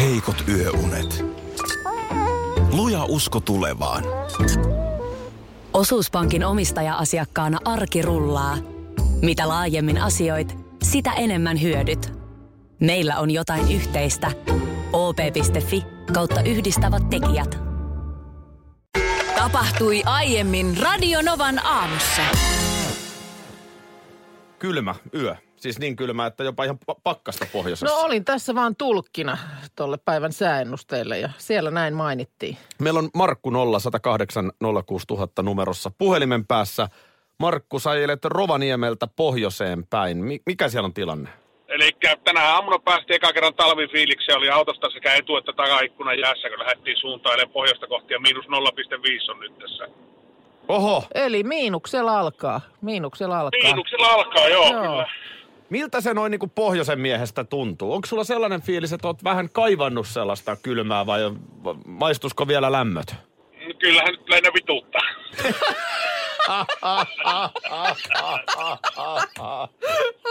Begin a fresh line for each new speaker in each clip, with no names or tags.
heikot yöunet. Luja usko tulevaan.
Osuuspankin omistaja-asiakkaana arki rullaa. Mitä laajemmin asioit, sitä enemmän hyödyt. Meillä on jotain yhteistä. op.fi kautta yhdistävät tekijät.
Tapahtui aiemmin Radionovan aamussa.
Kylmä yö. Siis niin kylmä, että jopa ihan pa- pakkasta pohjoisessa.
No olin tässä vaan tulkkina tuolle päivän sääennusteelle ja siellä näin mainittiin.
Meillä on Markku 0 108 06000 numerossa puhelimen päässä. Markku, sä ajelet Rovaniemeltä pohjoiseen päin. Mi- mikä siellä on tilanne?
Eli tänä aamuna päästiin eka kerran talvifiilikseen, oli autosta sekä etu- että takaikkuna jäässä, kun lähdettiin suuntailemaan pohjoista kohti, ja miinus 0,5 on nyt tässä.
Oho,
Eli miinuksella alkaa, miinuksella alkaa.
Miinuksella alkaa, joo,
Joo.
joo. kyllä.
miltä se noin niin kuin pohjoisen miehestä tuntuu? Onko sulla sellainen fiilis, että oot vähän kaivannut sellaista kylmää vai vai maistusko vielä lämmöt?
Mm, Kyllähän nyt lähinnä No vituttaa.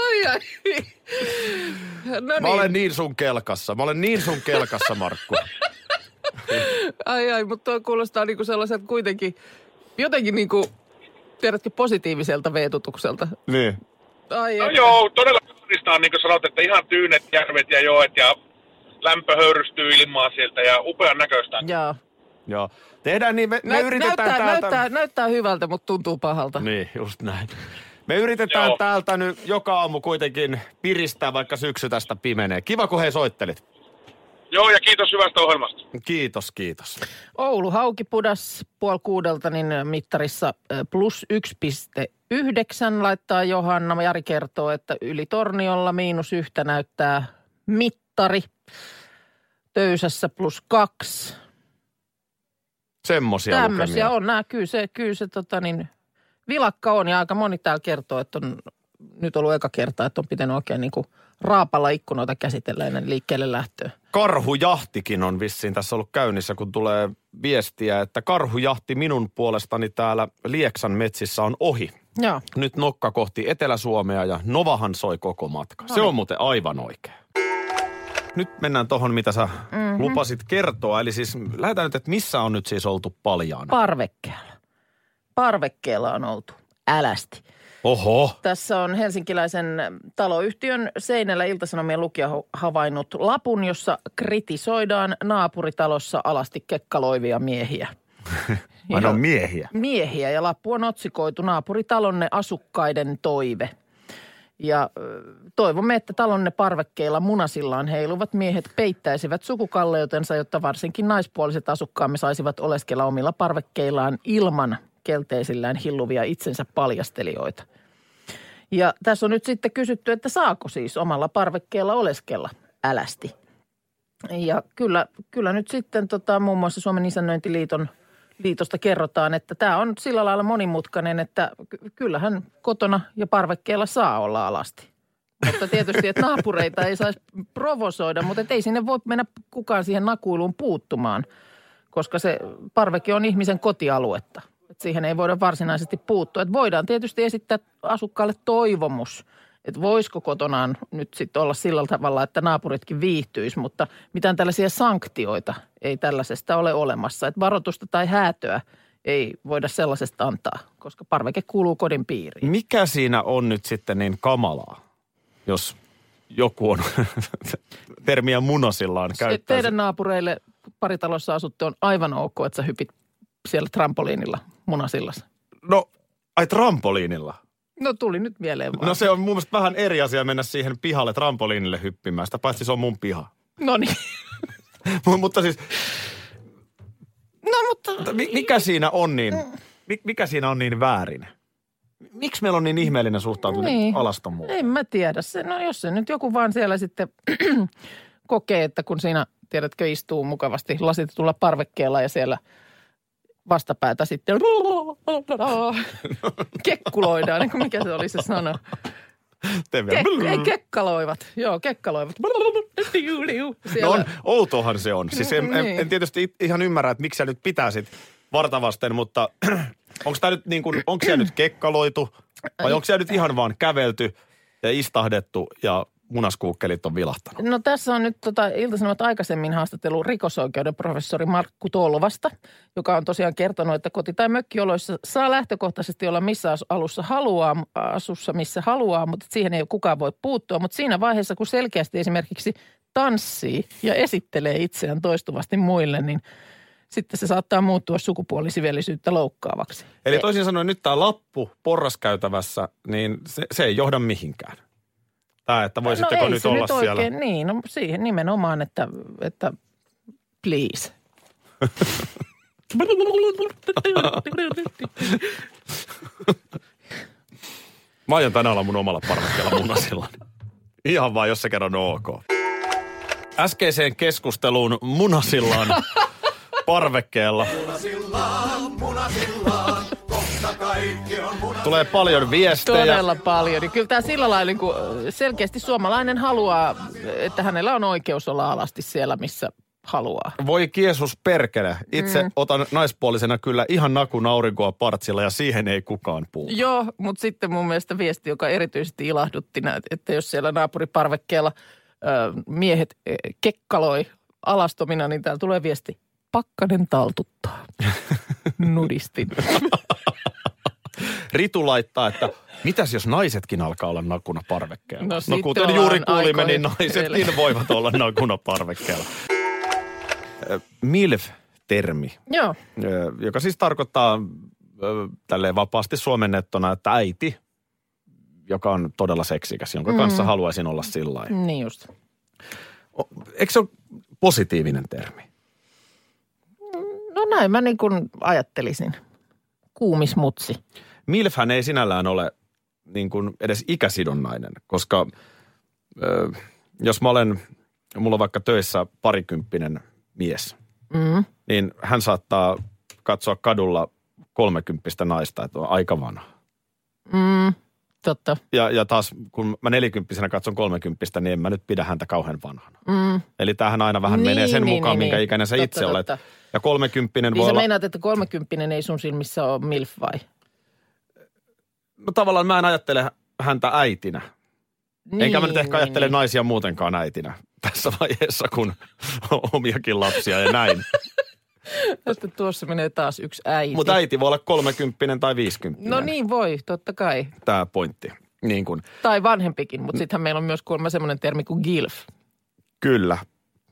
Ai, ai. No
Mä
niin,
olen niin sun kelkassa. Mä olen niin sun kelkassa, Markku.
ai ai, mutta tuo kuulostaa niinku sellaiselta kuitenkin jotenkin niinku, tiedätkö, positiiviselta veetutukselta.
niin.
Ai,
No
että.
joo, todella kaunista on, niin kuin sanot, että ihan tyynet, järvet ja joet, ja lämpö höyrystyy ilmaa sieltä, ja upean näköistä.
Joo.
Joo. Tehdään niin, me, me
Näyt-
yritetään
näyttää,
täältä...
näyttää, näyttää hyvältä, mutta tuntuu pahalta.
Niin, just näin. Me yritetään Joo.
Joo.
täältä nyt joka aamu kuitenkin piristää, vaikka syksy tästä pimenee. Kiva, kun hei soittelit.
Joo, ja kiitos hyvästä ohjelmasta.
Kiitos, kiitos.
Oulu Haukipudas puoli kuudelta, niin mittarissa ö, plus 1,9 laittaa Johanna. Jari kertoo, että yli Torniolla miinus yhtä näyttää mittari. Töysässä plus kaksi.
Semmosia
Tämmöisiä
lukemia.
on nämä. Kyllä se, kyllä se tota niin, vilakka on ja aika moni täällä kertoo, että on nyt ollut eka kerta, että on pitänyt oikein niin kuin raapalla ikkunoita käsitellä ennen liikkeelle lähtöä.
Karhujahtikin on vissiin tässä ollut käynnissä, kun tulee viestiä, että karhujahti minun puolestani täällä Lieksan metsissä on ohi.
Joo.
Nyt nokka kohti Etelä-Suomea ja Novahan soi koko matka. Se on muuten aivan oikein. Nyt mennään tohon, mitä sä mm-hmm. lupasit kertoa. Eli siis lähdetään nyt, että missä on nyt siis oltu paljaana.
Parvekkeella. Parvekkeella on oltu. Älästi.
Oho.
Tässä on helsinkiläisen taloyhtiön seinällä iltasanomien lukija ho- havainnut lapun, jossa kritisoidaan naapuritalossa alasti kekkaloivia miehiä.
Aina
Ihan-
on miehiä.
miehiä ja lappu on otsikoitu naapuritalonne asukkaiden toive. Ja ö, toivomme, että talonne parvekkeilla munasillaan heiluvat miehet peittäisivät sukukalleutensa, jotta varsinkin naispuoliset asukkaamme saisivat oleskella omilla parvekkeillaan ilman kelteisillään hilluvia itsensä paljastelijoita. Ja tässä on nyt sitten kysytty, että saako siis omalla parvekkeella oleskella älästi. Ja kyllä, kyllä nyt sitten tota, muun muassa Suomen isännöintiliiton liitosta kerrotaan, että tämä on sillä lailla monimutkainen, että ky- kyllähän kotona ja parvekkeella saa olla alasti. Mutta tietysti, että naapureita ei saisi provosoida, mutta et ei sinne voi mennä kukaan siihen nakuiluun puuttumaan, koska se parveke on ihmisen kotialuetta. Et siihen ei voida varsinaisesti puuttua. Et voidaan tietysti esittää asukkaalle toivomus, että voisiko kotonaan nyt sitten olla sillä tavalla, että naapuritkin viihtyisi, mutta mitään tällaisia sanktioita ei tällaisesta ole olemassa. Et varoitusta tai häätöä ei voida sellaisesta antaa, koska parveke kuuluu kodin piiriin.
Mikä siinä on nyt sitten niin kamalaa, jos joku on termiä munasillaan
Te-
käyttää?
Teidän naapureille paritalossa asutte on aivan ok, että sä hypit siellä trampoliinilla munasillassa.
No, ai trampoliinilla.
No tuli nyt mieleen vaan.
No se on mun mielestä vähän eri asia mennä siihen pihalle trampoliinille hyppimään. Sitä paitsi se on mun piha.
No niin.
Mu- mutta siis,
No mutta
mi- mikä siinä on niin, mi- mikä siinä on niin väärin? Miksi meillä on niin ihmeellinen suhtautuminen
Niin.
niin. alastomuuteen?
en mä tiedä. Se, no jos se nyt joku vaan siellä sitten kokee, että kun siinä, tiedätkö, istuu mukavasti lasitetulla parvekkeella ja siellä vastapäätä sitten kekkuloidaan, niin kuin mikä se oli se sana.
Tee vielä.
Kek, ei, kekkaloivat. Joo, kekkaloivat. Siellä.
No on, outohan se on. Siis en, en,
Niin.
en tietysti it- ihan ymmärrä, että miksi sä nyt pitää sit vartavasten, mutta onko tää nyt niin kuin, onko siellä nyt kekkaloitu vai onko siellä nyt ihan vaan kävelty ja istahdettu ja munaskuukkelit on vilahtanut?
No tässä on nyt tota, Ilta-Sanomat aikaisemmin haastatellut rikosoikeuden professori Markku Tolvasta, joka on tosiaan kertonut, että koti- tai mökkioloissa saa lähtökohtaisesti olla missä as- alussa haluaa, asussa missä haluaa, mutta siihen ei kukaan voi puuttua. Mutta siinä vaiheessa, kun selkeästi esimerkiksi tanssii ja esittelee itseään toistuvasti muille, niin sitten se saattaa muuttua sukupuolisivellisyyttä loukkaavaksi.
Eli toisin sanoen nyt tämä lappu porraskäytävässä, niin se, se ei johda mihinkään. Tämä, että voisitteko
No, ei
nyt
se
olla
nyt
siellä.
oikein, Niin, no siihen nimenomaan, että, että please.
Mä aion tänään olla mun omalla parvekkeella munasilla. Ihan vaan, jos se kerran on ok. Äskeiseen keskusteluun munasillaan parvekkeella. Tulee paljon viestejä.
Todella paljon. Niin kyllä tämä sillä lailla, niin kuin selkeästi suomalainen haluaa, että hänellä on oikeus olla alasti siellä, missä haluaa.
Voi kiesus perkele. Itse mm. otan naispuolisena kyllä ihan nakun aurinkoa partsilla ja siihen ei kukaan puutu.
Joo, mutta sitten mun mielestä viesti, joka erityisesti ilahdutti, nä- että jos siellä naapuriparvekkeella ö, miehet ö, kekkaloi alastomina, niin täällä tulee viesti, pakkanen taltuttaa. Nudistin.
Ritu laittaa, että mitäs jos naisetkin alkaa olla nakuna parvekkeella?
No
no
sitten
kuten
ollaan
juuri kuulimme, niin
aikoihin
naisetkin
edellä.
voivat olla nakuna parvekkeella. Ö, MILF-termi,
Joo,
ö, joka siis tarkoittaa ö, tälleen vapaasti suomennettuna, että äiti, joka on todella seksikäs,
Mm.
jonka kanssa haluaisin olla sillä lailla.
niin just.
O- Eikö se ole positiivinen termi?
No näin mä niin kuin ajattelisin. Kuumismutsi.
Milfhän ei sinällään ole niin kuin edes ikäsidonnainen, koska ö, jos mä olen, mulla on vaikka töissä parikymppinen mies,
Mm.
niin hän saattaa katsoa kadulla kolmekymppistä naista, että on aika vanha.
Mm. Totta.
Ja, ja taas kun mä nelikymppisenä katson kolmekymppistä, niin en mä nyt pidä häntä kauhean vanhana.
Mm.
Eli tämähän aina vähän
Niin,
menee sen
niin,
mukaan,
niin,
minkä
niin.
ikäinen sä
Totta,
itse olet.
totta.
Ja kolmekymppinen
Niin
voi
sä
olla...
meinaat, että kolmekymppinen ei sun silmissä ole milf vai?
No tavallaan mä en ajattele häntä äitinä.
Niin,
Niin, Enkä mä nyt ehkä ajattele niin. naisia muutenkaan äitinä tässä vaiheessa, kun on omiakin lapsia ja näin.
Että tuossa menee taas yksi äiti.
Mutta no- äiti voi olla kolmekymppinen tai viisikymppinen.
No niin voi, totta kai.
Tämä pointti. Niin kun,
Tai vanhempikin,
Mm.
mutta sittenhän meillä on myös kuulemma semmoinen termi kuin gilf,
kyllä.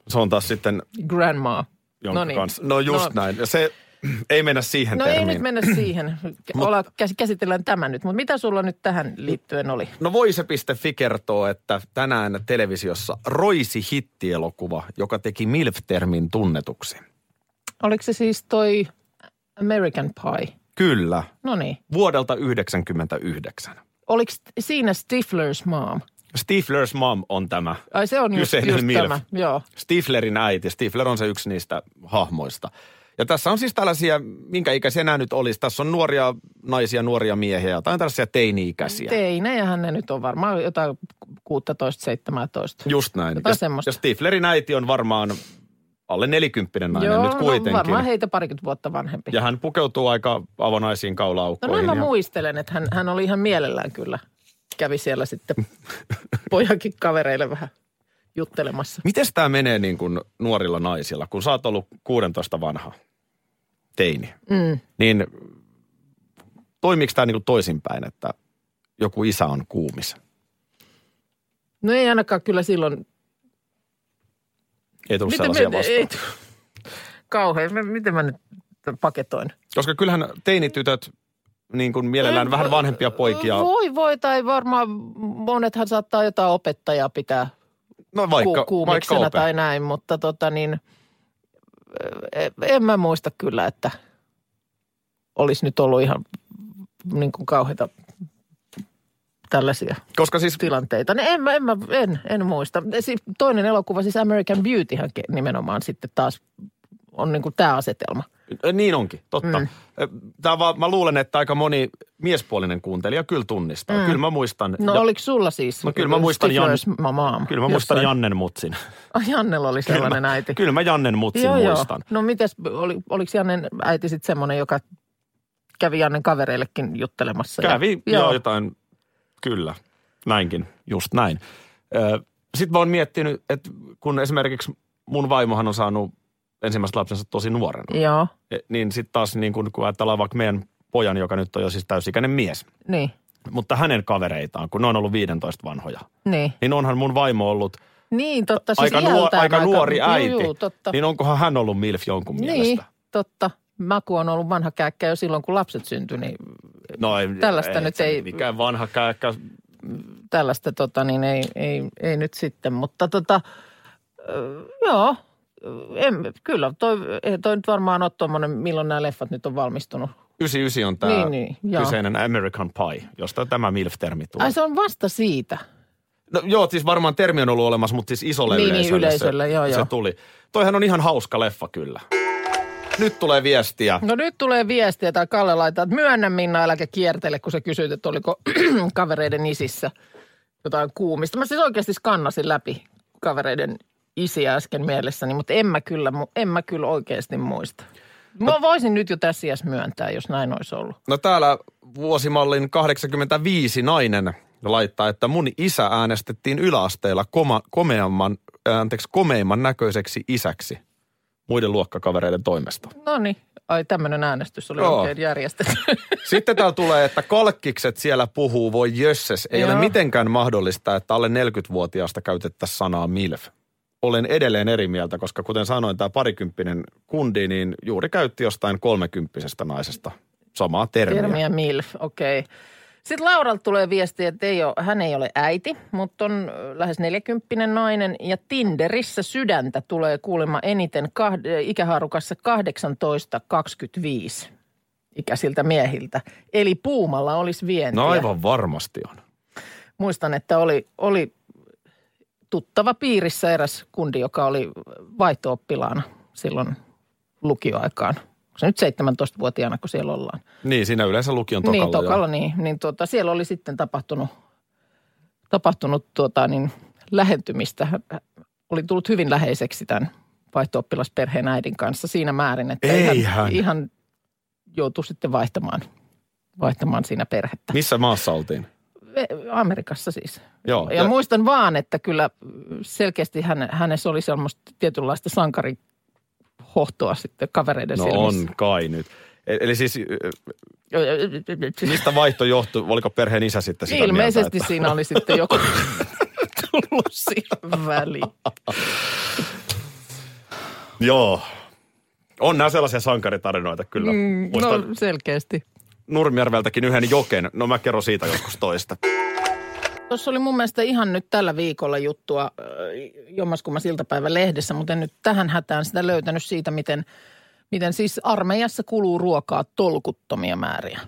Se on taas sitten
grandma.
jonkun
No niin.
kanssa. No just no. näin. Ja Se ei mennä siihen
No ei
termiin.
nyt mennä siihen. Olla, käs- käsitellään tämä nyt, mutta mitä sulla nyt tähän liittyen oli?
No voise.fi kertoo, että tänään televisiossa roisi hittielokuva, joka teki MILF-termin tunnetuksi.
Oliko se siis toi American Pie?
Kyllä,
No niin.
vuodelta 1999.
Oliko siinä Stifler's mom?
Stifler's mom on tämä
Ai se on just,
Kyseinen
just
milf.
tämä. Joo.
Stiflerin äiti. Stifler on se yksi niistä hahmoista. Ja tässä on siis tällaisia, minkä ikäisiä nämä nyt olisi. Tässä on nuoria naisia, nuoria miehiä tai tällaisia teini-ikäisiä.
Teinejähän ne nyt on varmaan jotain 16-17.
Just näin.
Jotain semmoista.
ja Stiflerin äiti on varmaan alle nelikymppinen nainen nyt
no,
kuitenkin.
varmaan heitä parikymmentä vuotta vanhempi.
ja hän pukeutuu aika avonaisiin
No
kaulaukkoihin.
näin mä
ja-
muistelen, että hän, hän oli ihan mielellään kyllä. Kävi siellä sitten pojankin kavereille vähän juttelemassa.
Mites tämä menee niin kuin nuorilla naisilla, kun sä oot ollut 16 vanha teini?
Mm.
Niin toimiiko tämä niin kuin toisinpäin, että joku isä on kuumis?
No ei ainakaan kyllä silloin.
Ei tullut sellaisia
me-
vastaan.
ei tu- Kauhean, mä- miten mä nyt paketoin?
Koska kyllähän teinitytöt niin kuin mielellään
Ei,
vähän
voi-
vanhempia poikia,
Voi voi, tai varmaan monethan saattaa jotain opettajaa pitää
no
vaikka,
vaikka,
ku,
vaikka
kuumiksena
opet-
tai näin, mutta tota niin, ö, e- en mä muista kyllä, että olisi nyt ollut ihan niin kuin kauheita tällaisia
Koska siis
tilanteita. Ne en, mä, en, mä, en, en muista. Siis toinen elokuva, siis American Beautyhän ke- nimenomaan sitten taas on niin kuin tämä asetelma.
niin onkin, totta. Mm.
Mm.
Tämä vaan, mä luulen, että aika moni miespuolinen kuuntelija kyllä tunnistaa. Mm. Kyllä mä muistan.
No
ja-
oliko sulla siis?
No kyllä mä muistan Jan-
Stifler's Mom.
Kyllä mä muistan
jossain?
Jannen mutsin.
Ai, Jannella oli sellainen
kyllä mä,
äiti.
Kyllä mä Jannen mutsin joo, muistan.
Joo. No mites, oli, oliko Jannen äiti sitten semmoinen, joka kävi Jannen kavereillekin juttelemassa?
Kävi
ja,
joo. joo jotain, kyllä, näinkin, just näin. Ö, sitten mä oon miettinyt, että kun esimerkiksi mun vaimohan on saanut ensimmäiset lapsensa tosi nuorena,
Joo,
E- niin sitten taas niin kun, kun ajatellaan vaikka meidän pojan, joka nyt on jo siis täysikäinen mies,
niin,
mutta hänen kavereitaan, kun ne on ollut 15 vanhoja,
niin.
niin onhan mun vaimo ollut
Niin, totta. Siis
aika, nuor,
iältään
aika, nuori äiti.
Juu, juu, totta.
Niin onkohan hän ollut MILF jonkun
niin
mielestä?
totta. Maku on ollut vanha kääkkä jo silloin, kun lapset syntyi, niin
No ei,
Tällaista
ei,
nyt
se
ei-
Mikään vanha kääkkä.
tällaista tota, niin ei, ei, ei nyt sitten. Mutta tota, ö, joo, en, kyllä, toi, ei toi nyt varmaan ole tuommoinen, milloin nämä leffat nyt on valmistunut.
99 on tämä
Niin, niin, joo.
kyseinen American Pie, josta tämä MILF-termi tulee.
Ai se on vasta siitä.
No, joo, siis varmaan termi on ollut olemassa, mutta siis isolle
Niin, niin,
yleisölle,
yleisölle,
se,
joo,
se
joo.
tuli. Toihan on ihan hauska leffa kyllä. Nyt tulee viestiä.
No nyt tulee viestiä tai Kalle laittaa, että myönnä Minna äläkä kiertele, kun sä kysyit, että oliko kavereiden isissä jotain kuumista. Mä siis oikeasti skannasin läpi kavereiden isiä äsken mielessäni, mutta en mä kyllä, mu- en mä kyllä oikeasti muista. Mä voisin nyt jo tässä iässä myöntää, jos näin olisi ollut.
No täällä vuosimallin 85 nainen laittaa, että mun isä äänestettiin yläasteella koma, komeamman, ää, anteeksi, komeimman näköiseksi isäksi muiden luokkakavereiden toimesta.
No niin, ai tämmöinen äänestys oli
Joo.
Joo. oikein järjestetty.
Sitten täällä tulee, että kalkkikset siellä puhuu, voi jösses. Ei Joo.
Joo.
ole mitenkään mahdollista, että alle 40-vuotiaasta käytettäisiin sanaa MILF. Olen edelleen eri mieltä, koska kuten sanoin, tämä parikymppinen kundi, niin juuri käytti jostain kolmekymppisestä naisesta samaa termiä. termiä.
Termiä MILF, okei. Okay. Sitten Lauralta tulee viesti, että ei ole, hän ei ole äiti, mutta on ö, lähes neljäkymppinen nainen. Ja Tinderissä sydäntä tulee kuulemma eniten kah- ö, ikähaarukassa 18-25 ikäisiltä miehiltä. Eli puumalla olisi vientiä.
No aivan varmasti on.
Muistan, että oli, oli tuttava piirissä eräs kundi, joka oli vaihto-oppilaana silloin lukioaikaan. Onko Se nyt 17-vuotiaana, kun siellä ollaan.
Niin, siinä yleensä lukion tokalla.
Niin, Tokalla,
joo.
niin. niin tuota, siellä oli sitten tapahtunut, tapahtunut tuota, niin, lähentymistä. Hän Oli tullut hyvin läheiseksi tämän vaihto-oppilasperheen äidin kanssa siinä määrin, että
Eihän.
ihan, ihan joutui sitten vaihtamaan, vaihtamaan siinä perhettä.
Missä maassa oltiin?
Ve- Amerikassa siis.
Joo.
Ja muistan vaan, että kyllä selkeästi hän, hänessä oli semmoista tietynlaista sankarihohtoa sitten kavereiden
no
silmissä.
on kai nyt. E- Eli siis y-
On.
mistä vaihto johtui? Oliko perheen isä sitten sitä
Ilmeisesti
mieltä,
siinä oli sitten joku tullut siihen väliin.
että... Joo. On nämä sellaisia sankaritarinoita kyllä. Mm, Muistan,
No selkeästi.
Nurmijärveltäkin yhden joken. No mä kerron siitä joskus toista.
Tuossa oli mun mielestä ihan nyt tällä viikolla juttua äh, jommaskummas iltapäivän lehdessä, mutta en nyt tähän hätään sitä löytänyt siitä, miten, miten siis armeijassa kuluu ruokaa tolkuttomia määriä.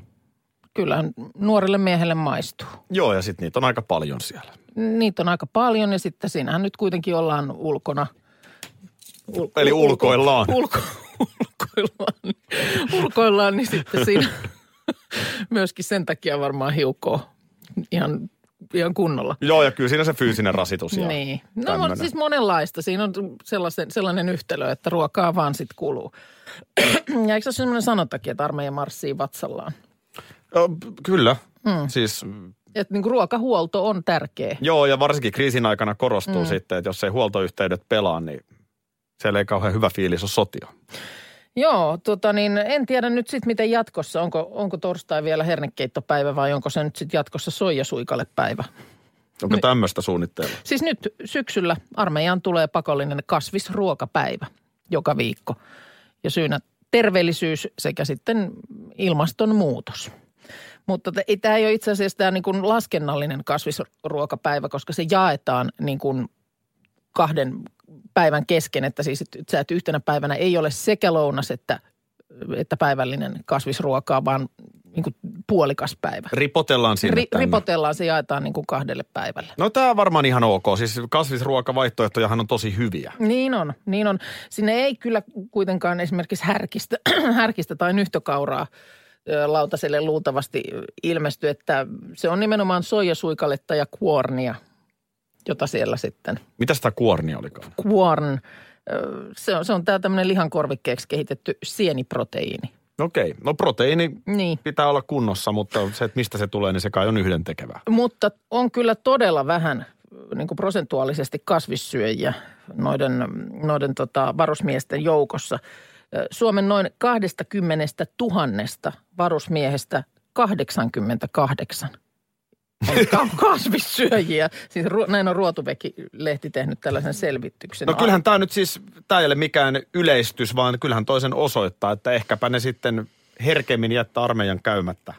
Kyllähän nuorelle miehelle maistuu.
Joo, ja sitten niitä on aika paljon siellä.
Niitä on aika paljon ja sitten siinähän nyt kuitenkin ollaan ulkona. Ul-
Eli ulkoillaan.
Ulko, ulkoillaan, ulkoillaan, niin sitten siinä myöskin sen takia varmaan hiukkoa ihan, ihan kunnolla.
Joo, ja kyllä siinä se fyysinen rasitus ja
Niin. No
tämmönen.
on siis monenlaista. Siinä on sellaisen, sellainen yhtälö, että ruokaa vaan sit kuluu. ja eikö se ole sellainen sanottakin, että armeija marssii vatsallaan?
Ö, p- Kyllä. Mm. Siis,
Että niinku ruokahuolto on tärkeä.
joo, ja varsinkin kriisin aikana korostuu mm. sitten, että jos ei huoltoyhteydet pelaa, niin siellä ei kauhean hyvä fiilis ole sotia.
Joo, tota niin, en tiedä nyt sitten miten jatkossa, onko, onko torstai vielä hernekeittopäivä vai onko se nyt sitten jatkossa soijasuikalle päivä.
Onko tämmöistä suunnitteilla?
Siis nyt syksyllä armeijaan tulee pakollinen kasvisruokapäivä joka viikko ja syynä terveellisyys sekä sitten ilmastonmuutos. Mutta t- ei- tämä ei ole itse asiassa tämä niin kuin laskennallinen kasvisruokapäivä, koska se jaetaan niin kuin kahden päivän kesken, että siis et- sä et yhtenä päivänä ei ole sekä lounas että, että päivällinen kasvisruokaa, vaan niin kuin puolikas päivä.
Ripotellaan sinne
Ri-
Niin, tänne.
ripotellaan, se jaetaan niin kuin kahdelle päivälle.
No tämä on varmaan ihan ok. Siis kasvisruokavaihtoehtojahan on tosi hyviä.
Niin on, niin on. Sinne ei kyllä kuitenkaan esimerkiksi härkistä, härkistä tai nyhtökauraa ö, lautaselle luultavasti ilmesty, että se on nimenomaan soijasuikaletta ja kuornia, jota siellä sitten.
Mitä sitä kuorni olikaan?
Kuorn, ö, se on, se on tämä tämmöinen lihankorvikkeeksi kehitetty sieniproteiini.
Okei, no proteiini
Niin.
pitää olla kunnossa, mutta se, että mistä se tulee, niin se kai on yhdentekevää.
Mutta on kyllä todella vähän ö, niin kuin prosentuaalisesti kasvissyöjiä noiden, noiden tota, varusmiesten joukossa. Ö, Suomen noin 20 000 varusmiehestä 88 on ka- kasvissyöjiä. Siis ruo- näin on Ruotuveki-lehti tehnyt tällaisen selvityksen.
No kyllähän tämä nyt siis, tämä ei ole mikään yleistys, vaan kyllähän toisen osoittaa, että ehkäpä ne sitten herkemmin jättää armeijan käymättä,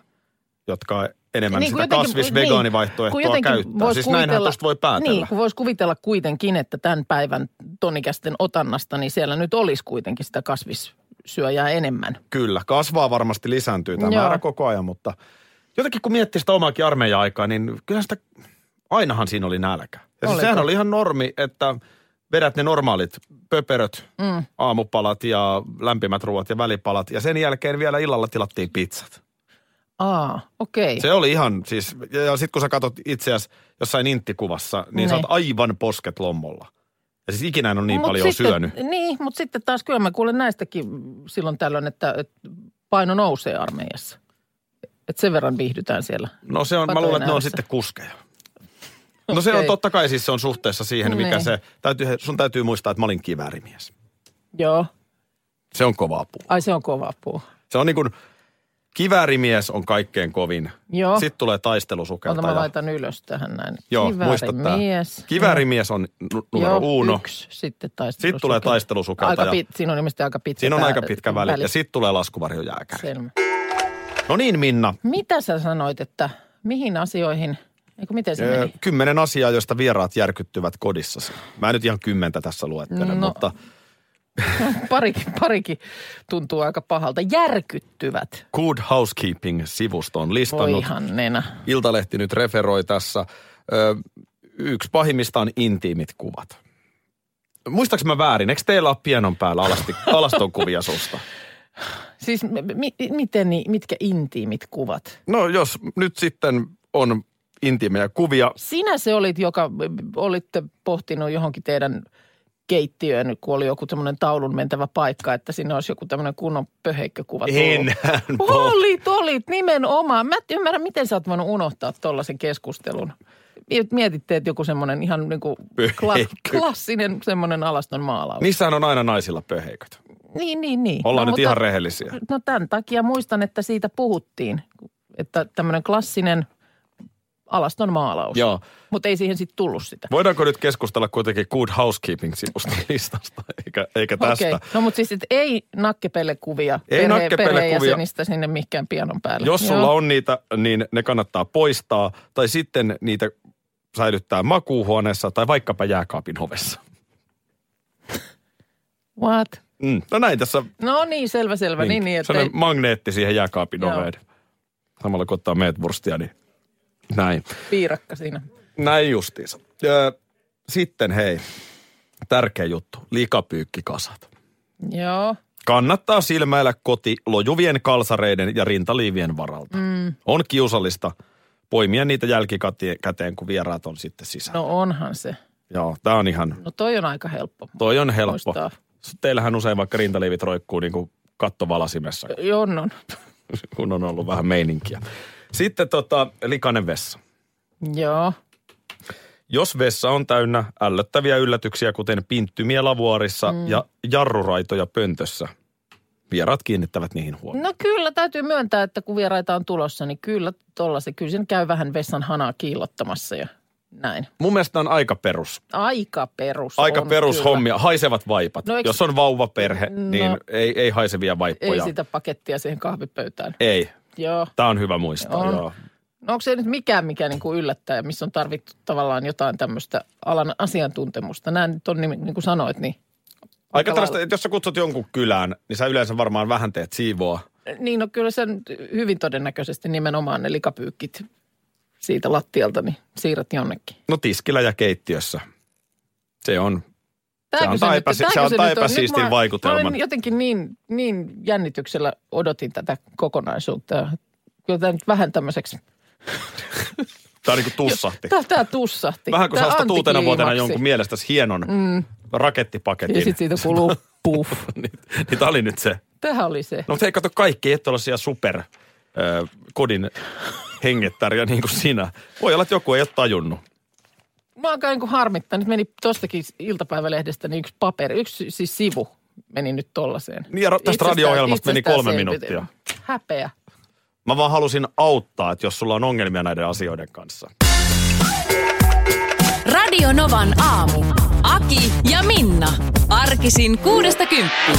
jotka enemmän niin, sitä
jotenkin-
kasvis-vegaanivaihtoehtoa
kun jotenkin
käyttää.
voisi
Siis näinhän
kuvitella-
tuosta voi päätellä.
Niin, kun voisi kuvitella kuitenkin, että tämän päivän tonikästen otannasta, niin siellä nyt olisi kuitenkin sitä kasvissyöjää enemmän.
Kyllä, kasvaa varmasti, lisääntyy tämä
Joo.
määrä koko ajan, mutta jotenkin kun miettii sitä omaakin armeijan-aikaa, niin kyllähän sitä, ainahan siinä oli nälkä. Ja siis
Oliko?
sehän oli ihan normi, että vedät ne normaalit pöperöt, mm. aamupalat ja lämpimät ruoat ja välipalat ja sen jälkeen vielä illalla tilattiin pizzat.
Aa, okei.
Se oli ihan siis, ja sitten kun sä katsot itseäsi jossain inttikuvassa, niin, niin. sä
Niin.
oot aivan posket lommolla. Ja siis ikinä en ole niin
Mut
paljon
sitten,
syönyt.
Niin, mutta sitten taas kyllä mä kuulen näistäkin silloin tällöin, että, että paino nousee armeijassa. Että sen verran viihdytään siellä.
No se on, mä
Patojen
luulen, että ne on
ääressä.
sitten kuskeja. No se on
Okei.
totta kai siis se on suhteessa siihen, mikä
Niin.
se, täytyy, sun täytyy muistaa, että mä olin kiväärimies.
Joo.
Se on kova apu.
Ai se on kova apua.
Se on niin kuin, kiväärimies on kaikkein kovin.
Joo.
Sitten tulee
Ota mä
taistelusukeltaja.
laitan ylös tähän näin.
Joo, muista tää.
Kiväärimies.
Kiväärimies on nu- numero
Joo,
uno.
yksi. Sitten taistelu.
Sitten tulee taistelusukeltaja.
Aika pit, siinä on ilmeisesti aika pitkä.
Siinä on
tää-
aika pitkä väli. Ja sitten tulee laskuvarjojääkäri.
Selvä.
No niin Minna,
Mitä sä sanoit, että mihin asioihin, eikö miten se
Ö,
meni?
Kymmenen asiaa, joista vieraat järkyttyvät kodissasi. Mä en nyt ihan kymmentä tässä luettele,
No.
mutta
Parikin, parikin tuntuu aika pahalta. Järkyttyvät.
Good Housekeeping-sivusto on
Voi
listannut.
ihan nenä.
Iltalehti nyt referoi tässä. Ö, yksi pahimmista on intiimit kuvat. Muistaaks mä väärin? Eikö teillä ole pienon päällä alasti, alaston kuvia susta?
Siis m- mi- miten, niin, mitkä intiimit kuvat?
No jos nyt sitten on intiimejä kuvia.
Sinä se olit, joka b- b- olitte pohtinut johonkin teidän keittiöön, kun oli joku tämmöinen taulun mentävä paikka, että sinne olisi joku tämmöinen kunnon pöheikkökuva tullut.
Enhän po-
Olit, olit, nimenomaan. Mä et ymmärrä, miten sä oot voinut unohtaa tuollaisen keskustelun. Miet- Mietitte, että joku semmoinen ihan niinku kla-
Pöheikkö.
klassinen semmoinen alaston maalaus.
Niissähän on aina naisilla pöheiköt.
Niin, niin, niin.
Ollaan
no,
nyt
mutta-
ihan rehellisiä.
No tämän takia muistan, että siitä puhuttiin, että tämmöinen klassinen alaston maalaus.
Joo.
Mutta ei siihen sitten tullut sitä.
Voidaanko nyt keskustella kuitenkin Good Housekeeping-sivuston listasta, eikä, eikä tästä?
Okei. No mutta siis, että ei nakkepelekuvia
Ei nakkepelekuvia.
perheenjäsenistä sinne mikään pianon päälle.
Jos sulla on niitä, niin ne kannattaa poistaa, tai sitten niitä säilyttää makuuhuoneessa tai vaikkapa jääkaapin ovessa.
What?
Mm. No näin tässä
No niin, selvä, selvä. Niin, niin, että ei...
sellainen magneetti siihen jääkaapin
Joo.
oveen. Samalla kun ottaa meetwurstia, niin näin.
piirakka siinä.
Näin justiinsa. Öö, sitten hei, tärkeä juttu, likapyykkikasat.
Joo.
Kannattaa silmäillä koti lojuvien kalsareiden ja rintaliivien varalta. Mm. On kiusallista poimia niitä jälkikäteen, kun vieraat on sitten sisällä.
No onhan se.
Joo, tää on ihan,
No toi on aika helppo.
toi on helppo.
Muistaa.
Teillähän usein vaikka rintaliivit roikkuu niin kuin kattovalasimessa,
Joo, on.
kun on ollut vähän meininkiä. Sitten tota, likainen vessa.
Joo.
Jos vessa on täynnä ällöttäviä yllätyksiä, kuten pinttymiä lavuarissa mm. ja jarruraitoja pöntössä, vieraat kiinnittävät niihin huomioon.
No kyllä, täytyy myöntää, että kun vieraita on tulossa, niin kyllä tollase. Kyllä sen käy vähän vessan hanaa kiillottamassa ja näin.
Mun mielestä on aika perus
Aika perus
Aika
on
perushommia. Haisevat vaipat. No,
No
eikö...
eiks-
Jos on vauvaperhe, no...
No.
niin ei, ei haisevia
Kyllä.
vaippoja.
Ei sitä pakettia siihen kahvipöytään.
Ei.
Joo.
Tämä on hyvä muistaa.
On.
Joo.
No onko se nyt mikään, mikä niin kuin yllättää, ja missä on tarvittu tavallaan jotain tämmöistä alan asiantuntemusta? Nämä nyt on niin, niin kuin sanoit, niin...
Aika tällaista,
lailla-
että jos sä kutsut jonkun kylään, niin sä yleensä varmaan vähän teet siivoa.
Niin, no kyllä sen hyvin todennäköisesti nimenomaan ne likapyykkit siitä lattialta, niin siirrät jonnekin.
No tiskillä ja keittiössä. Se on.
Tääkö
antaa
nyt-
epäsi- se
tääkö
antaa
nyt on? Nyt
epäsiistin
mä-
vaikutelman.
Mä olen jotenkin niin, niin jännityksellä odotin tätä kokonaisuutta. Kyllä tämä nyt vähän tämmöiseksi...
Tämä on niin kuin tussahti.
Tämä, tämä tussahti.
Vähän kuin
Tää
saa sitä uutena vuotena
antikliimaksi.
jonkun mielestäsi hienon mm. rakettipaketin.
Ja sitten siitä kuuluu puff.
niin, niin tämä oli nyt se.
Tähän oli se.
No mutta hei, kato kaikki, et ole siellä super ö, kodin hengettäriä niin kuin sinä. Voi olla, että joku ei ole tajunnut.
Mä alkaa niin harmittaa. Nyt meni tostakin iltapäivälehdestä niin yksi paperi, yksi siis sivu meni nyt tollaiseen.
Niin, ja ra- tästä
Itsestään-
radio-ohjelmasta meni
itsestään
kolme
sen-
minuuttia.
Häpeä.
Mä vaan halusin auttaa, että jos sulla on ongelmia näiden asioiden kanssa.
Radio Novan aamu. Aki ja Minna. Arkisin kuudesta kymppiin.